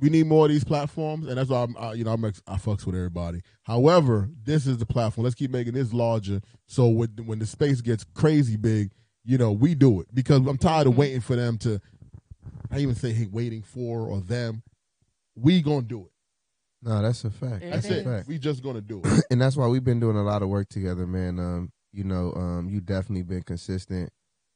[SPEAKER 1] we need more of these platforms, and that's why I'm, I, you know, I'm ex- I fucks with everybody. However, this is the platform. Let's keep making this larger, so when when the space gets crazy big, you know, we do it because I'm tired of waiting for them to. I even say, hey, waiting for or them. We gonna do it.
[SPEAKER 4] No, that's a fact.
[SPEAKER 3] There
[SPEAKER 1] That's
[SPEAKER 4] that's
[SPEAKER 1] it.
[SPEAKER 4] a fact.
[SPEAKER 1] We just gonna do it.
[SPEAKER 4] And that's why we've been doing a lot of work together, man. Um, you know, um, you definitely been consistent.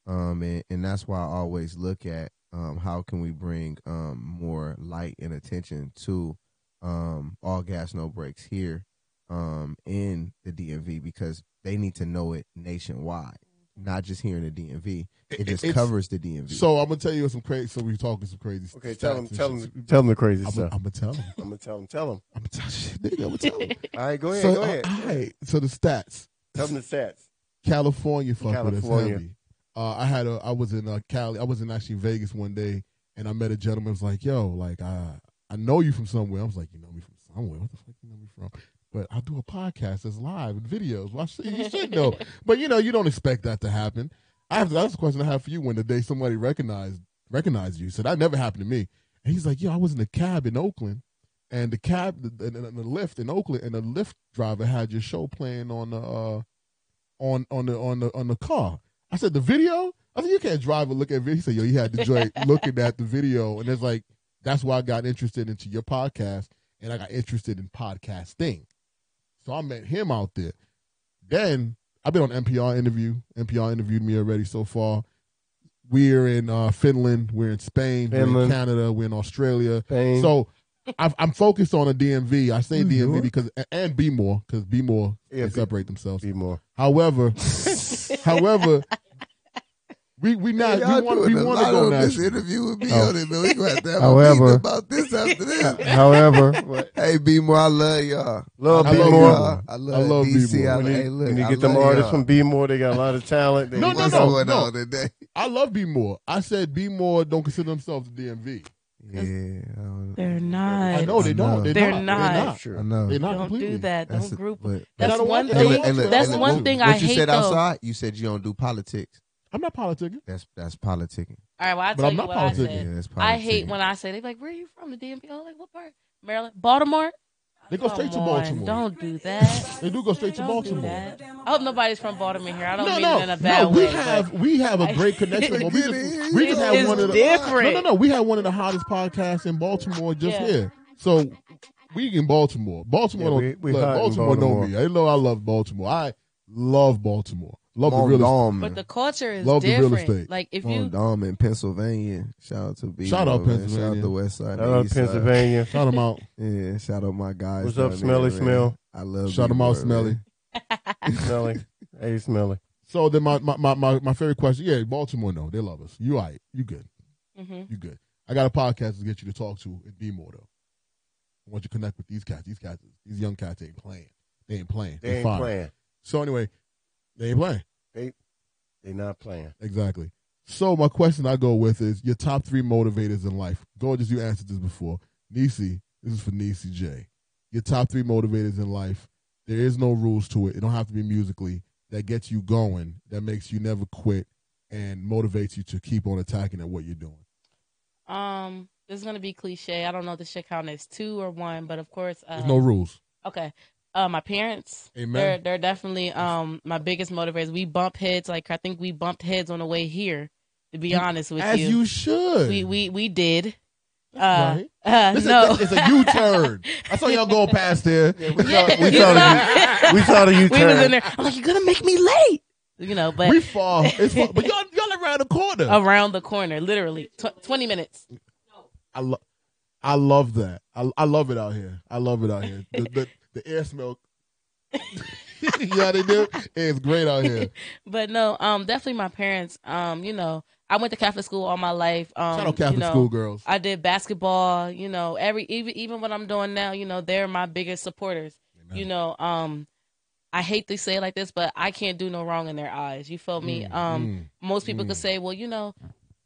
[SPEAKER 4] Um, and, and that's why I always look at um how can we bring um more light and attention to um all gas no breaks here um in the DMV because they need to know it nationwide, not just here in the DMV. It just
[SPEAKER 1] It's-
[SPEAKER 4] covers the DMV.
[SPEAKER 1] So I'm gonna tell you some crazy. So we talking some crazy.
[SPEAKER 2] Okay, tell him.
[SPEAKER 1] stats and
[SPEAKER 2] Tell
[SPEAKER 1] shit.
[SPEAKER 2] him. Tell him the crazy
[SPEAKER 1] I'm
[SPEAKER 2] stuff.
[SPEAKER 1] gonna I'm gonna tell him.
[SPEAKER 2] I'm gonna tell him. Tell him.
[SPEAKER 1] I'm gonna tell nigga, I'm gonna tell him.
[SPEAKER 2] All right, go ahead.
[SPEAKER 1] so, uh,
[SPEAKER 2] go ahead.
[SPEAKER 1] all right. So the stats.
[SPEAKER 2] Tell him the stats.
[SPEAKER 1] California fuck with us
[SPEAKER 2] California.
[SPEAKER 1] heavy. Uh, I had a I was in uh, Cali. I was in actually Vegas one day, and I met a gentleman. Was like, "Yo, like I I know you from somewhere." I was like, "You know me from somewhere? What the fuck you know me from?" But I do a podcast that's live with videos. Well, I should, you should know, but you know you don't expect that to happen. I have that's the question I have for you. When the day somebody recognized recognized you, so that never happened to me. And he's like, "Yo, I was in a cab in Oakland." And the cab, the, the, the lift in Oakland, and the lift driver had your show playing on the uh, on on the on the on the car. I said the video. I said you can't drive and look at video. He said yo, you had to joint looking at the video, and it's like that's why I got interested into your podcast, and I got interested in podcasting. So I met him out there. Then I've been on NPR interview. NPR interviewed me already so far. We're in uh, Finland. We're in Spain. We're in
[SPEAKER 2] Finland.
[SPEAKER 1] Canada. We're in Australia.
[SPEAKER 2] Pain.
[SPEAKER 1] So I've, I'm focused on a DMV. I say
[SPEAKER 4] New
[SPEAKER 1] DMV
[SPEAKER 4] York.
[SPEAKER 1] because and B more because B more
[SPEAKER 2] Yeah,
[SPEAKER 1] they
[SPEAKER 2] B-
[SPEAKER 1] separate themselves.
[SPEAKER 2] be more.
[SPEAKER 1] However, however, we we not we want we want to go
[SPEAKER 4] this
[SPEAKER 1] national.
[SPEAKER 4] interview with me
[SPEAKER 2] Oh.
[SPEAKER 4] on it, man. We gonna have to have a
[SPEAKER 2] However-
[SPEAKER 4] meeting about this after this.
[SPEAKER 2] However,
[SPEAKER 4] hey, B more, I love y'all.
[SPEAKER 2] Love
[SPEAKER 4] I
[SPEAKER 2] B.
[SPEAKER 4] love
[SPEAKER 2] More.
[SPEAKER 4] y'all. I love,
[SPEAKER 1] I love
[SPEAKER 4] DC.
[SPEAKER 1] B. More.
[SPEAKER 4] I,
[SPEAKER 2] when you,
[SPEAKER 4] hey, look,
[SPEAKER 2] when you
[SPEAKER 4] I
[SPEAKER 2] get them
[SPEAKER 4] love
[SPEAKER 2] artists
[SPEAKER 4] y'all.
[SPEAKER 2] from B more, they got a lot of talent. They
[SPEAKER 1] No,
[SPEAKER 2] want
[SPEAKER 1] no,
[SPEAKER 4] What's
[SPEAKER 1] no.
[SPEAKER 4] going on today?
[SPEAKER 1] I love B more. I said B more don't consider themselves a DMV.
[SPEAKER 4] Yeah, I don't,
[SPEAKER 3] They're not.
[SPEAKER 1] I know they don't. They're,
[SPEAKER 3] They're
[SPEAKER 1] not.
[SPEAKER 3] not.
[SPEAKER 4] I
[SPEAKER 2] Sure.
[SPEAKER 4] know.
[SPEAKER 1] They're not
[SPEAKER 3] Don't
[SPEAKER 1] completely.
[SPEAKER 3] do that. Don't
[SPEAKER 4] That's a-
[SPEAKER 3] group.
[SPEAKER 4] but-
[SPEAKER 1] And I
[SPEAKER 3] That's
[SPEAKER 1] don't
[SPEAKER 3] one
[SPEAKER 1] want-
[SPEAKER 4] And
[SPEAKER 3] thing.
[SPEAKER 4] look- and look-
[SPEAKER 3] That's
[SPEAKER 4] and look,
[SPEAKER 3] one thing
[SPEAKER 4] what
[SPEAKER 3] I
[SPEAKER 4] you
[SPEAKER 3] hate
[SPEAKER 4] said
[SPEAKER 3] though.
[SPEAKER 4] outside. You said you don't do politics.
[SPEAKER 1] I'm not politicking.
[SPEAKER 4] That's that's politicking.
[SPEAKER 3] All right, well, I'll
[SPEAKER 1] But
[SPEAKER 3] tell
[SPEAKER 1] I'm
[SPEAKER 3] you
[SPEAKER 1] not
[SPEAKER 3] what I
[SPEAKER 1] politicking.
[SPEAKER 4] Yeah,
[SPEAKER 3] said.
[SPEAKER 4] that's politicking.
[SPEAKER 3] I hate when I say they be like, "Where are you from?" The DMV. Oh, like what part? Maryland, Baltimore.
[SPEAKER 1] They go
[SPEAKER 3] Come
[SPEAKER 1] straight to
[SPEAKER 3] on,
[SPEAKER 1] Baltimore.
[SPEAKER 3] Don't do that.
[SPEAKER 1] They do go straight to
[SPEAKER 3] Don't do
[SPEAKER 1] Baltimore.
[SPEAKER 3] that. I hope nobody's from Baltimore here. I don't
[SPEAKER 1] No,
[SPEAKER 3] mean it in
[SPEAKER 1] no,
[SPEAKER 3] a bad
[SPEAKER 1] no.
[SPEAKER 3] way.
[SPEAKER 1] We
[SPEAKER 3] but
[SPEAKER 1] have we have a great connection. but we just, we just
[SPEAKER 3] It's-
[SPEAKER 1] have
[SPEAKER 3] it's
[SPEAKER 1] one of the
[SPEAKER 3] different.
[SPEAKER 1] No, no, no. We had one of the hottest podcasts in Baltimore just
[SPEAKER 3] Yeah.
[SPEAKER 1] here. So we in Baltimore. Baltimore,
[SPEAKER 2] Yeah,
[SPEAKER 1] don't-
[SPEAKER 2] we- we
[SPEAKER 1] look,
[SPEAKER 2] hot in
[SPEAKER 1] Baltimore, know
[SPEAKER 4] Baltimore.
[SPEAKER 1] me. They know I love Baltimore. I love Baltimore. Love the
[SPEAKER 4] Long
[SPEAKER 1] real estate.
[SPEAKER 4] Dom,
[SPEAKER 3] But the culture is
[SPEAKER 1] Love the real
[SPEAKER 3] different.
[SPEAKER 1] estate.
[SPEAKER 3] Like if
[SPEAKER 4] Long
[SPEAKER 3] you
[SPEAKER 4] Dom in Pennsylvania. Shout out to B.
[SPEAKER 1] Shout out
[SPEAKER 4] man. Shout
[SPEAKER 1] Pennsylvania.
[SPEAKER 4] out to West Side.
[SPEAKER 2] Shout
[SPEAKER 4] man.
[SPEAKER 2] out
[SPEAKER 4] East Side.
[SPEAKER 2] Pennsylvania.
[SPEAKER 1] Shout them out.
[SPEAKER 4] Yeah, shout out my guys.
[SPEAKER 2] What's up,
[SPEAKER 4] down
[SPEAKER 2] Smelly
[SPEAKER 4] man.
[SPEAKER 2] Smell?
[SPEAKER 4] I love.
[SPEAKER 1] Shout them out,
[SPEAKER 4] B-Word, man.
[SPEAKER 1] Smelly.
[SPEAKER 2] Smelly. Hey, Smelly.
[SPEAKER 1] So then my, my, my, my, my favorite question, yeah, Baltimore, no, they love us. You all right. You good.
[SPEAKER 3] Mhm.
[SPEAKER 1] You good. I got a podcast to get you to talk to in D more though. I want you to connect with these cats. These cats, these young cats ain't playing. They ain't playing.
[SPEAKER 2] They ain't
[SPEAKER 1] fine.
[SPEAKER 2] playing.
[SPEAKER 1] So anyway, they ain't playing.
[SPEAKER 2] They not playing.
[SPEAKER 1] Exactly. So my question I go with is your top three motivators in life. Gorgeous, you answered this before. Nisi, this is for Nisi J. Your top three motivators in life. There is no rules to it. It don't have to be musically. That gets you going. That makes you never quit and motivates you to keep on attacking at what you're doing.
[SPEAKER 3] um, this is gonna be cliche. I don't know if this should count as two or one, but of course, uh,
[SPEAKER 1] There's no rules.
[SPEAKER 3] okay. Uh, my parents, they're
[SPEAKER 1] Amen.
[SPEAKER 3] they're definitely um my biggest motivators. We bump heads. Like I think we bumped heads on the way here. To be honest with
[SPEAKER 1] As you, should.
[SPEAKER 3] we we we did.
[SPEAKER 1] That's
[SPEAKER 3] Uh,
[SPEAKER 1] right.
[SPEAKER 3] uh,
[SPEAKER 1] This is-
[SPEAKER 3] no,
[SPEAKER 1] It's a U turn. I saw y'all go past there.
[SPEAKER 3] Yeah,
[SPEAKER 2] we
[SPEAKER 3] you
[SPEAKER 2] saw
[SPEAKER 3] know?
[SPEAKER 2] We saw the U
[SPEAKER 3] we was in
[SPEAKER 2] turn.
[SPEAKER 3] there. I'm like, you're gonna make me late. You know, but
[SPEAKER 1] we far. It's far. But y'all, y'all around the corner.
[SPEAKER 3] around the corner, literally tw- 20 minutes.
[SPEAKER 1] I love, I love that. I, I love it out here. I love it out here. The the, the air smell. yeah, they do. It's great out here.
[SPEAKER 3] But no, um, definitely my parents. Um, you know, I went to Catholic school all my life. Um,
[SPEAKER 1] Shout out Catholic
[SPEAKER 3] you know,
[SPEAKER 1] school girls.
[SPEAKER 3] I did basketball. You know, every even even what I'm doing now, you know, they're my biggest supporters. You know, um, I hate to say it like this, but I can't do no wrong in their eyes. You feel me? um, most people could
[SPEAKER 1] Mm.
[SPEAKER 3] say, well, you know,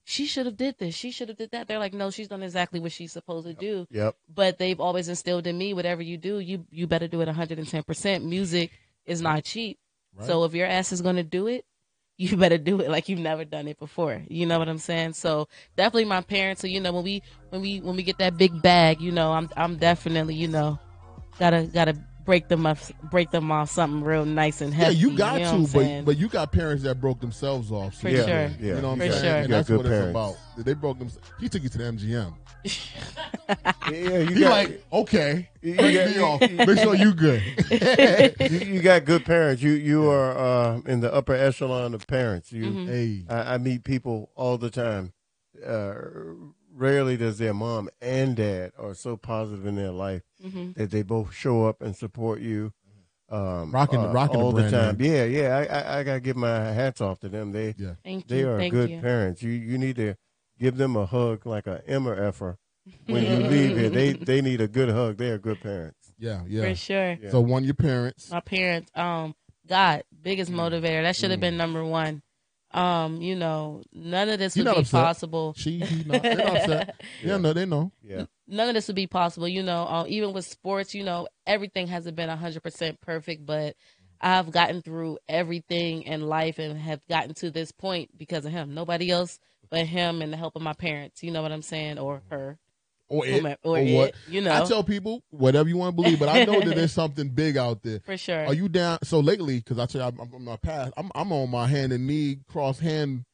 [SPEAKER 3] she should have did this, she should have did that. They're like, no, she's done exactly what she's supposed to do.
[SPEAKER 2] Yep.
[SPEAKER 3] But they've always instilled in me, whatever you do, you you better do it 110. percent Music is not cheap, so if your ass is gonna do it, you better do it like you've never done it before. You know what I'm saying? So definitely my parents. So you know when we when we when we get that big bag, you know, I'm I'm definitely you know, gotta gotta. Break them up, break them off something real nice and
[SPEAKER 1] yeah,
[SPEAKER 3] hefty.
[SPEAKER 1] you got
[SPEAKER 3] know what I'm
[SPEAKER 1] to, but
[SPEAKER 3] saying?
[SPEAKER 1] but you got parents that broke themselves off.
[SPEAKER 3] For
[SPEAKER 2] yeah,
[SPEAKER 3] sure.
[SPEAKER 2] Yeah.
[SPEAKER 1] You know what
[SPEAKER 3] For
[SPEAKER 1] I'm saying?
[SPEAKER 3] sure.
[SPEAKER 1] And
[SPEAKER 2] You got
[SPEAKER 1] that's
[SPEAKER 2] good
[SPEAKER 1] what it's
[SPEAKER 2] parents.
[SPEAKER 1] about. They broke them. He took you to the MGM.
[SPEAKER 2] Yeah, you
[SPEAKER 1] He
[SPEAKER 2] got,
[SPEAKER 1] like, okay,
[SPEAKER 2] you,
[SPEAKER 1] break
[SPEAKER 2] got-
[SPEAKER 1] me off. Make sure you good.
[SPEAKER 2] you, you got good parents. You you are uh, in the upper echelon of parents. You
[SPEAKER 3] Mhm.
[SPEAKER 1] hey,
[SPEAKER 2] I, I meet people all the time. Uh, rarely does their mom and dad are so positive in their life
[SPEAKER 3] Mhm.
[SPEAKER 2] that they both show up and support you. Um,
[SPEAKER 1] Rocking the-
[SPEAKER 2] uh,
[SPEAKER 1] rocking the
[SPEAKER 2] all the
[SPEAKER 1] brand
[SPEAKER 2] time. Yeah, yeah. I, I, I gotta give my hats off to them. They
[SPEAKER 3] Thank
[SPEAKER 2] they
[SPEAKER 3] you.
[SPEAKER 2] are
[SPEAKER 3] Mm, Thank
[SPEAKER 2] good
[SPEAKER 3] you.
[SPEAKER 2] parents. You you need to give them a hug like a Emmer effer when you leave here. They they need a good hug. They are good parents.
[SPEAKER 1] yeah,
[SPEAKER 3] For
[SPEAKER 1] yeah.
[SPEAKER 3] sure.
[SPEAKER 2] Yeah.
[SPEAKER 1] So one, your parents.
[SPEAKER 3] My parents, um, God, biggest
[SPEAKER 1] Mm.
[SPEAKER 3] motivator. That should have been number one. Um, you know, none of this
[SPEAKER 1] You're
[SPEAKER 3] would
[SPEAKER 1] not
[SPEAKER 3] be
[SPEAKER 1] upset.
[SPEAKER 3] possible.
[SPEAKER 1] She, he, not, they're not upset. Yeah, no, they know.
[SPEAKER 3] Mm,
[SPEAKER 2] yeah.
[SPEAKER 3] none of this would be possible. You know, uh, even with sports, you know, everything hasn't been 100% perfect, but I've gotten through everything in life and have gotten to this point because of him. Nobody else but him and the help of my parents. You know what I'm saying? Or her.
[SPEAKER 1] Or it,
[SPEAKER 3] whomever- or
[SPEAKER 1] or
[SPEAKER 3] it,
[SPEAKER 1] what.
[SPEAKER 3] You know,
[SPEAKER 1] I tell people whatever you want to believe, but I know that there's something big out there.
[SPEAKER 3] for sure.
[SPEAKER 1] Are you down? So lately, because I tell you, I'm, I'm on my path. I'm, I'm on my hand and knee, cross hand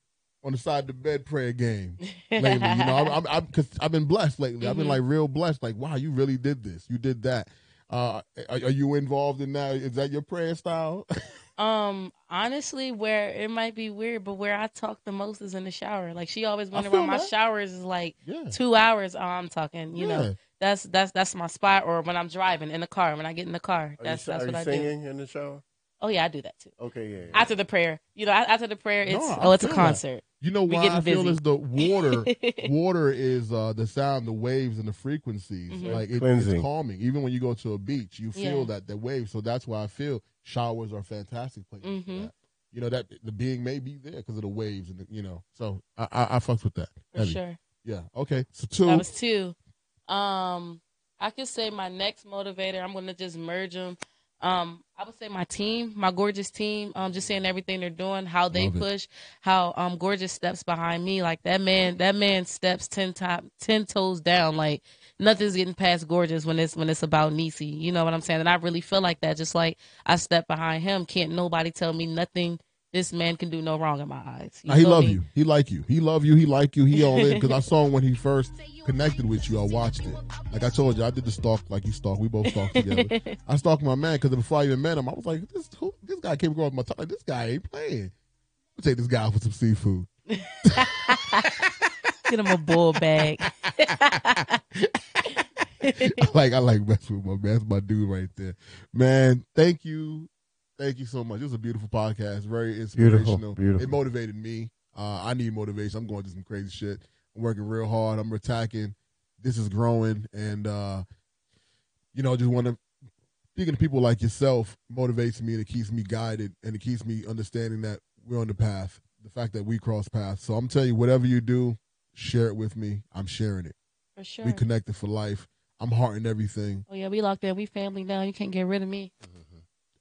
[SPEAKER 1] on the side of the bed prayer game lately. you know, I'm, I'm, I'm cause I've been blessed lately. I've been
[SPEAKER 3] Mhm.
[SPEAKER 1] like real blessed. Like, wow, you really did this. You did that. Uh, are, are you involved in that? Is that your prayer style?
[SPEAKER 3] Um, honestly, where it might be weird, but where I talk the most is in the shower. Like she always wonder why
[SPEAKER 1] feel
[SPEAKER 3] my
[SPEAKER 1] that.
[SPEAKER 3] showers is like
[SPEAKER 1] yeah.
[SPEAKER 3] two hours. Oh, I'm talking. You
[SPEAKER 1] Yeah.
[SPEAKER 3] know, that's that's that's my spot. Or when I'm driving in the car, when I get in the car,
[SPEAKER 2] Are
[SPEAKER 3] that's
[SPEAKER 2] you,
[SPEAKER 3] that's
[SPEAKER 2] are
[SPEAKER 3] what
[SPEAKER 2] you
[SPEAKER 3] I do.
[SPEAKER 2] singing in the shower?
[SPEAKER 3] Oh yeah, I do that too.
[SPEAKER 2] Okay, yeah. yeah.
[SPEAKER 3] After the prayer, you know, a- after the prayer,
[SPEAKER 1] No,
[SPEAKER 3] it's
[SPEAKER 1] I
[SPEAKER 3] oh, it's a
[SPEAKER 1] feel that.
[SPEAKER 3] concert.
[SPEAKER 1] You know
[SPEAKER 3] We
[SPEAKER 1] why
[SPEAKER 3] getting
[SPEAKER 1] I feel
[SPEAKER 3] busy.
[SPEAKER 1] is the water. water is uh, the sound, the waves, and the frequencies.
[SPEAKER 3] Mhm.
[SPEAKER 1] Like it, it's
[SPEAKER 2] Cleansing.
[SPEAKER 1] calming. Even when you go to a beach, you feel
[SPEAKER 3] Yeah.
[SPEAKER 1] that the waves. So that's why I feel showers are fantastic places. for
[SPEAKER 3] Mhm.
[SPEAKER 1] that. You know that the being may be there because of the waves, and the, you know. So I, I, I fucks with that.
[SPEAKER 3] for
[SPEAKER 1] heavy.
[SPEAKER 3] sure.
[SPEAKER 1] Yeah. Okay. So two.
[SPEAKER 3] That was two. Um, I could say my next motivator. I'm gonna just merge them. Um, I would say my team, my gorgeous team. Um, just seeing everything they're doing, how they
[SPEAKER 1] Love it.
[SPEAKER 3] push, how um gorgeous steps behind me. Like that man, that man steps ten top, ten toes down. Like nothing's getting past gorgeous when it's when it's about Nisi. You know what I'm saying? And I really feel like that. Just like I step behind him, can't nobody tell me nothing. This man can do no wrong in my eyes.
[SPEAKER 1] Now, he
[SPEAKER 3] feel
[SPEAKER 1] love
[SPEAKER 3] me?
[SPEAKER 1] you. He like you. He love you. He like you. He all in because I saw him when he first connected with you. I watched it. Like I told you, I did the stalk like you stalk. We both stalked together. I stalked my man because before I even met him, I was like, this who, this guy came across my top. Like, this guy ain't playing. I'll take this guy out for some seafood.
[SPEAKER 3] Get him a bull bag.
[SPEAKER 1] like I like mess with my man. That's my dude right there. Man, thank you. Thank you so much. It was a beautiful podcast. Very inspirational.
[SPEAKER 2] beautiful.
[SPEAKER 1] It motivated me. Uh, I need motivation. I'm going through some crazy shit. I'm working real hard. I'm attacking. This is growing. And uh, you know, just want to speaking to people like yourself motivates me and it keeps me guided and it keeps me understanding that we're on the path. The fact that we cross paths. So I'm telling you, whatever you do, share it with me. I'm sharing it.
[SPEAKER 3] For sure.
[SPEAKER 1] We connected for life. I'm hearting everything.
[SPEAKER 3] Oh yeah, we locked in. We family now. You can't get rid of me.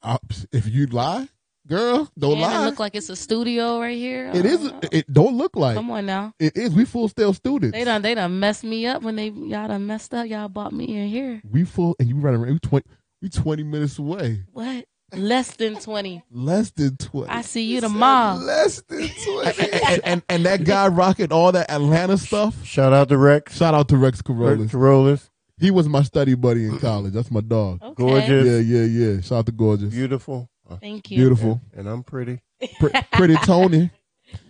[SPEAKER 1] I, if you lie, girl, don't
[SPEAKER 3] and
[SPEAKER 1] lie.
[SPEAKER 3] It look like it's a studio right here.
[SPEAKER 1] it is.
[SPEAKER 3] Uh,
[SPEAKER 1] It don't look like
[SPEAKER 3] Come on now.
[SPEAKER 1] it is. We full stale students.
[SPEAKER 3] They done they done messed me up when they y'all done messed up. Y'all bought me in here.
[SPEAKER 1] We full, and you run around. We twenty. We twenty minutes away.
[SPEAKER 3] What? Less than twenty.
[SPEAKER 1] Less than twenty.
[SPEAKER 3] I see you tomorrow.
[SPEAKER 4] Less than twenty.
[SPEAKER 1] and, and and that guy rocking all that Atlanta stuff.
[SPEAKER 2] Shout out to Rex.
[SPEAKER 1] Shout out to Rex
[SPEAKER 2] Rex
[SPEAKER 1] Carolus.
[SPEAKER 2] Rollers.
[SPEAKER 1] He was my study buddy in college. That's my dog.
[SPEAKER 3] Okay.
[SPEAKER 2] Gorgeous.
[SPEAKER 1] Yeah, yeah, yeah. Shout out to gorgeous,
[SPEAKER 2] Beautiful. Uh,
[SPEAKER 3] Thank you.
[SPEAKER 1] beautiful,
[SPEAKER 2] And I'm pretty.
[SPEAKER 1] Pre- pretty Tony.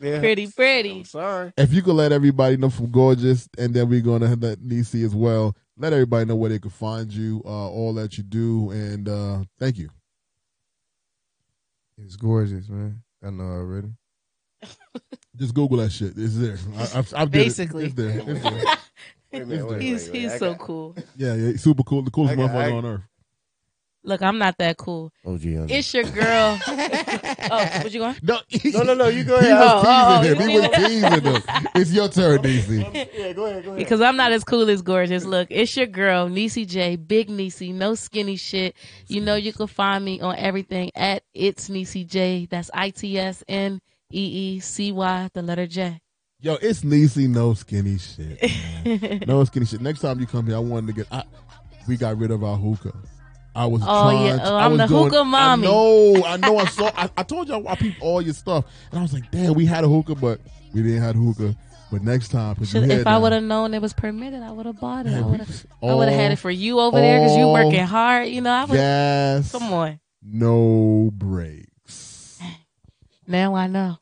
[SPEAKER 2] Yeah.
[SPEAKER 3] Pretty
[SPEAKER 2] I'm
[SPEAKER 3] pretty.
[SPEAKER 2] sorry.
[SPEAKER 1] if you could let everybody know from Gorgeous, and then we're gonna let Nisi as well. Let everybody know where they can find you, uh, all that you do, and uh, thank you.
[SPEAKER 4] It's gorgeous, man. I know already.
[SPEAKER 1] Just Google that shit. It's there. I, I've, I've did it.
[SPEAKER 3] Basically.
[SPEAKER 1] it's there. It's there.
[SPEAKER 2] Wait a minute, wait,
[SPEAKER 3] He's
[SPEAKER 2] wait, wait. I
[SPEAKER 3] he's so
[SPEAKER 2] got-
[SPEAKER 3] cool.
[SPEAKER 1] Yeah, yeah. it's Super cool. The coolest
[SPEAKER 2] I got-
[SPEAKER 1] motherfucker
[SPEAKER 2] I-
[SPEAKER 1] on earth.
[SPEAKER 3] Look, I'm not that cool.
[SPEAKER 2] Oh, gee, honey.
[SPEAKER 3] It's your girl. oh, what you going?
[SPEAKER 1] No,
[SPEAKER 2] No, no, no. You go
[SPEAKER 1] He
[SPEAKER 2] ahead.
[SPEAKER 3] Oh, oh,
[SPEAKER 1] was teasing him. He
[SPEAKER 3] you
[SPEAKER 1] was teasing him. It's your turn, Nisi.
[SPEAKER 2] yeah, go ahead. Go ahead.
[SPEAKER 3] Because I'm not as cool as gorgeous. Look, it's your girl, Niecy J, Big Niecy, no skinny shit. You know you can find me on everything at it's Niecy J. That's I T S N E E C Y, the letter J.
[SPEAKER 1] Yo, it's Nisi. No skinny shit. man. no skinny shit. Next time you come here, I wanted to get. I, we got rid of our hookah. I was
[SPEAKER 3] Oh,
[SPEAKER 1] trying.
[SPEAKER 3] yeah.
[SPEAKER 1] to-
[SPEAKER 3] Oh,
[SPEAKER 1] I
[SPEAKER 3] I'm
[SPEAKER 1] was
[SPEAKER 3] the
[SPEAKER 1] doing,
[SPEAKER 3] hookah mommy.
[SPEAKER 1] No, I know. I saw. I, I told y'all I peeped all your stuff, and I was like, "Damn, we had a hookah, but we didn't have the hookah." But next time, put your
[SPEAKER 3] Should,
[SPEAKER 1] head
[SPEAKER 3] if I
[SPEAKER 1] down.
[SPEAKER 3] would have known it was permitted, I would have bought it. I
[SPEAKER 1] Yeah, we
[SPEAKER 3] would have
[SPEAKER 1] was
[SPEAKER 3] I would have had
[SPEAKER 1] all
[SPEAKER 3] it for you over there because you
[SPEAKER 1] all-
[SPEAKER 3] working hard. You know, I would.
[SPEAKER 1] Yes.
[SPEAKER 3] Come on.
[SPEAKER 1] No breaks.
[SPEAKER 3] Now I know.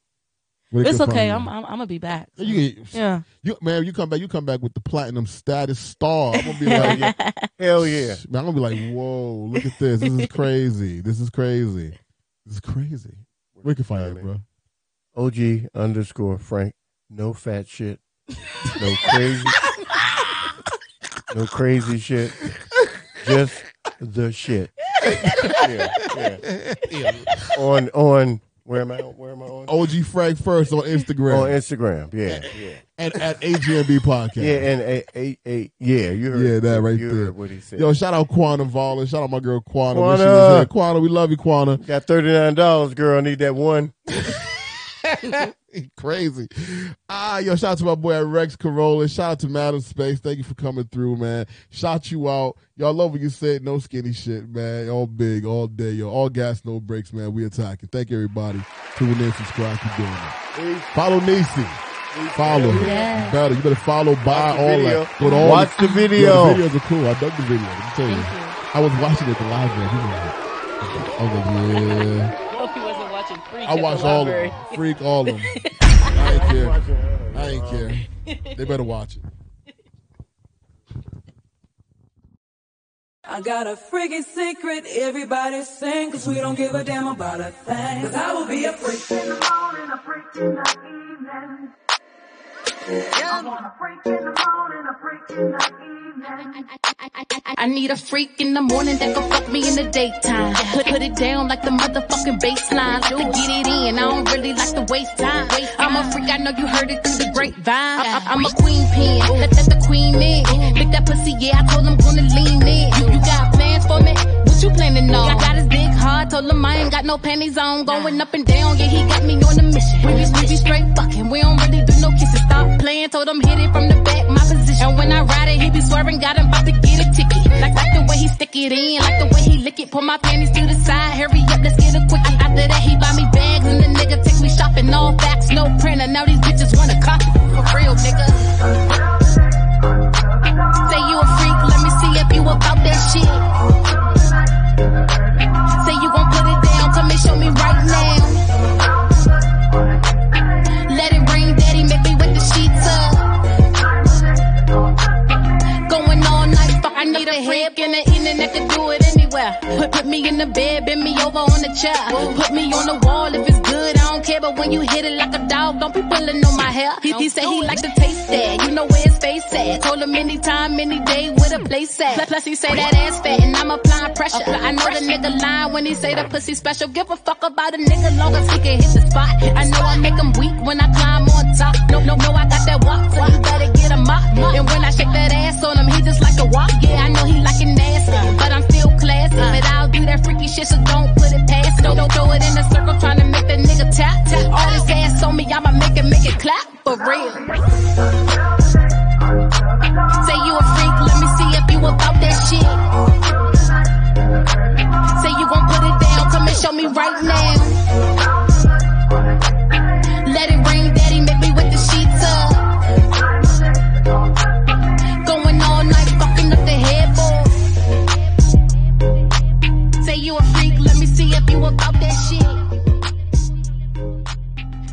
[SPEAKER 1] Where they
[SPEAKER 3] It's
[SPEAKER 1] can
[SPEAKER 3] okay.
[SPEAKER 1] find
[SPEAKER 3] I'm,
[SPEAKER 1] you?
[SPEAKER 3] I'm, I'm going to be back.
[SPEAKER 1] You, can-
[SPEAKER 3] Yeah.
[SPEAKER 1] you- man, you come back. You come back with the platinum status star. I'm gonna be like,
[SPEAKER 2] Hell yeah.
[SPEAKER 1] Man, I'm gonna be like, whoa, look at this. This is crazy. This is crazy. This is crazy. We can find it, bro.
[SPEAKER 2] OG underscore Frank. No fat shit. No crazy. no crazy shit. Just the shit. yeah, yeah. On on where am I? on- Where am I on?
[SPEAKER 1] OG Frank first on
[SPEAKER 2] on
[SPEAKER 1] Instagram
[SPEAKER 2] Instagram. Yeah, yeah,
[SPEAKER 1] and at AGMB Podcast.
[SPEAKER 2] yeah. And a, a, a, yeah, you heard.
[SPEAKER 1] Yeah, that right
[SPEAKER 2] you
[SPEAKER 1] there.
[SPEAKER 2] Heard what he said.
[SPEAKER 1] Yo, shout out Quana Vala. Shout out my girl Quana. Wish she
[SPEAKER 2] Quana.
[SPEAKER 1] was here. Quana, we love you, Quana.
[SPEAKER 2] Got thirty nine dollars, girl. I need that one.
[SPEAKER 1] Crazy. Ah, yo, shout out to my boy Rex Carolla. Shout out to Madam Space. Thank you for coming through, man. Shout you out. Y'all love what you said. No skinny shit, man. All big, all day, yo. All gas, no breaks, man. We attacking. Thank you, everybody. Tune in, subscribe, keep doing it. Follow Nisi. Follow her.
[SPEAKER 3] Yeah.
[SPEAKER 1] You better. You better follow, buy
[SPEAKER 2] Watch the
[SPEAKER 1] all
[SPEAKER 2] video.
[SPEAKER 1] that. Go to all
[SPEAKER 2] Watch the
[SPEAKER 1] the,
[SPEAKER 2] video.
[SPEAKER 1] Yo, the videos are cool. I dug the video. Let me tell you.
[SPEAKER 3] Thank you.
[SPEAKER 1] I was watching it at the library. You know. I was like, yeah.
[SPEAKER 3] Hope he wasn't watching free.
[SPEAKER 1] I watched all of them. Freak all of them. I ain't care. I ain't care. They better watch it.
[SPEAKER 6] I got a freaking secret everybody's saying cause we don't give a damn about a thing. Cause I will be a freak.
[SPEAKER 7] in the morning, a freak in the evening. I want a freak in the morning, a freak in the evening.
[SPEAKER 8] I, I, I, I, I need a freak in the morning that can fuck me in the daytime. Put, put it down like the motherfucking baseline. Like to get it in, I don't really like to waste time. I'm a freak, I know you heard it through the grapevine. I, I, I'm a queen pin, let, let the queen in. Lick that pussy, yeah, I told him gonna lean in. You, you got plans for me? What you planning on? I got his big heart, told him I ain't got no panties on. Going up and down, yeah, he got me on a mission. We be, we be straight fucking, we don't really do no kisses. Stop playing, told him hit it from the back, my position. And when I ride it, he be swerving, got him about to get a ticket. Like, like the way he stick it in, like the way he lick it. Pull my panties to the side, hurry up, let's get a quickie. After that, he buy me bags and the nigga take me shopping. All facts, no printer, now these bitches wanna copy. For real, nigga. Say you a freak, let me see if you about that shit. Say you gon' put it down, come and show me right now. Let it rain, daddy, make me with the sheets up. Going all night, fuck, I need a head in the evening that could do it anywhere. Put, put me in the bed, bend me over on the chair. Put me on the wall if it's good, I don't care. But when you hit it like a dog, don't be pulling on my hair. He, he said he liked to taste that, you know where his face at. Told him any time, any day, with a place at. Plus- Plus he say that ass fat and I'm applying pressure. I know the nigga lying when he say the pussy special. Give a fuck about a nigga long as he can hit the spot. I know I make him weak when I climb on top. No, no, no, I got that walk, so you better get a mop. And when I shake that ass on him, he just like a walk. Yeah, I know he like it nasty, but I'm still classy. But I'll do that freaky shit, so don't put it past. No, don't throw it in a circle trying to make that nigga tap. tap. All this ass on me, I'ma make it, make it clap for real. Say you a freak, let me see if you about that shit. Say you gon' put it down, come and show me right now. Let it rain, daddy, make me with the sheets up. Going all night, fucking up the headboard. Say you a freak, let me see if you about that shit.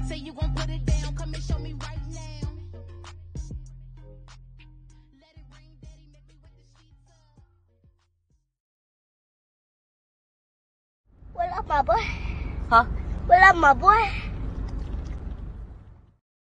[SPEAKER 8] Say you gon' put it down, come and show me right now. Let it rain, daddy, make me with the sheets up.
[SPEAKER 9] What up, my boy? Huh? What up, my boy?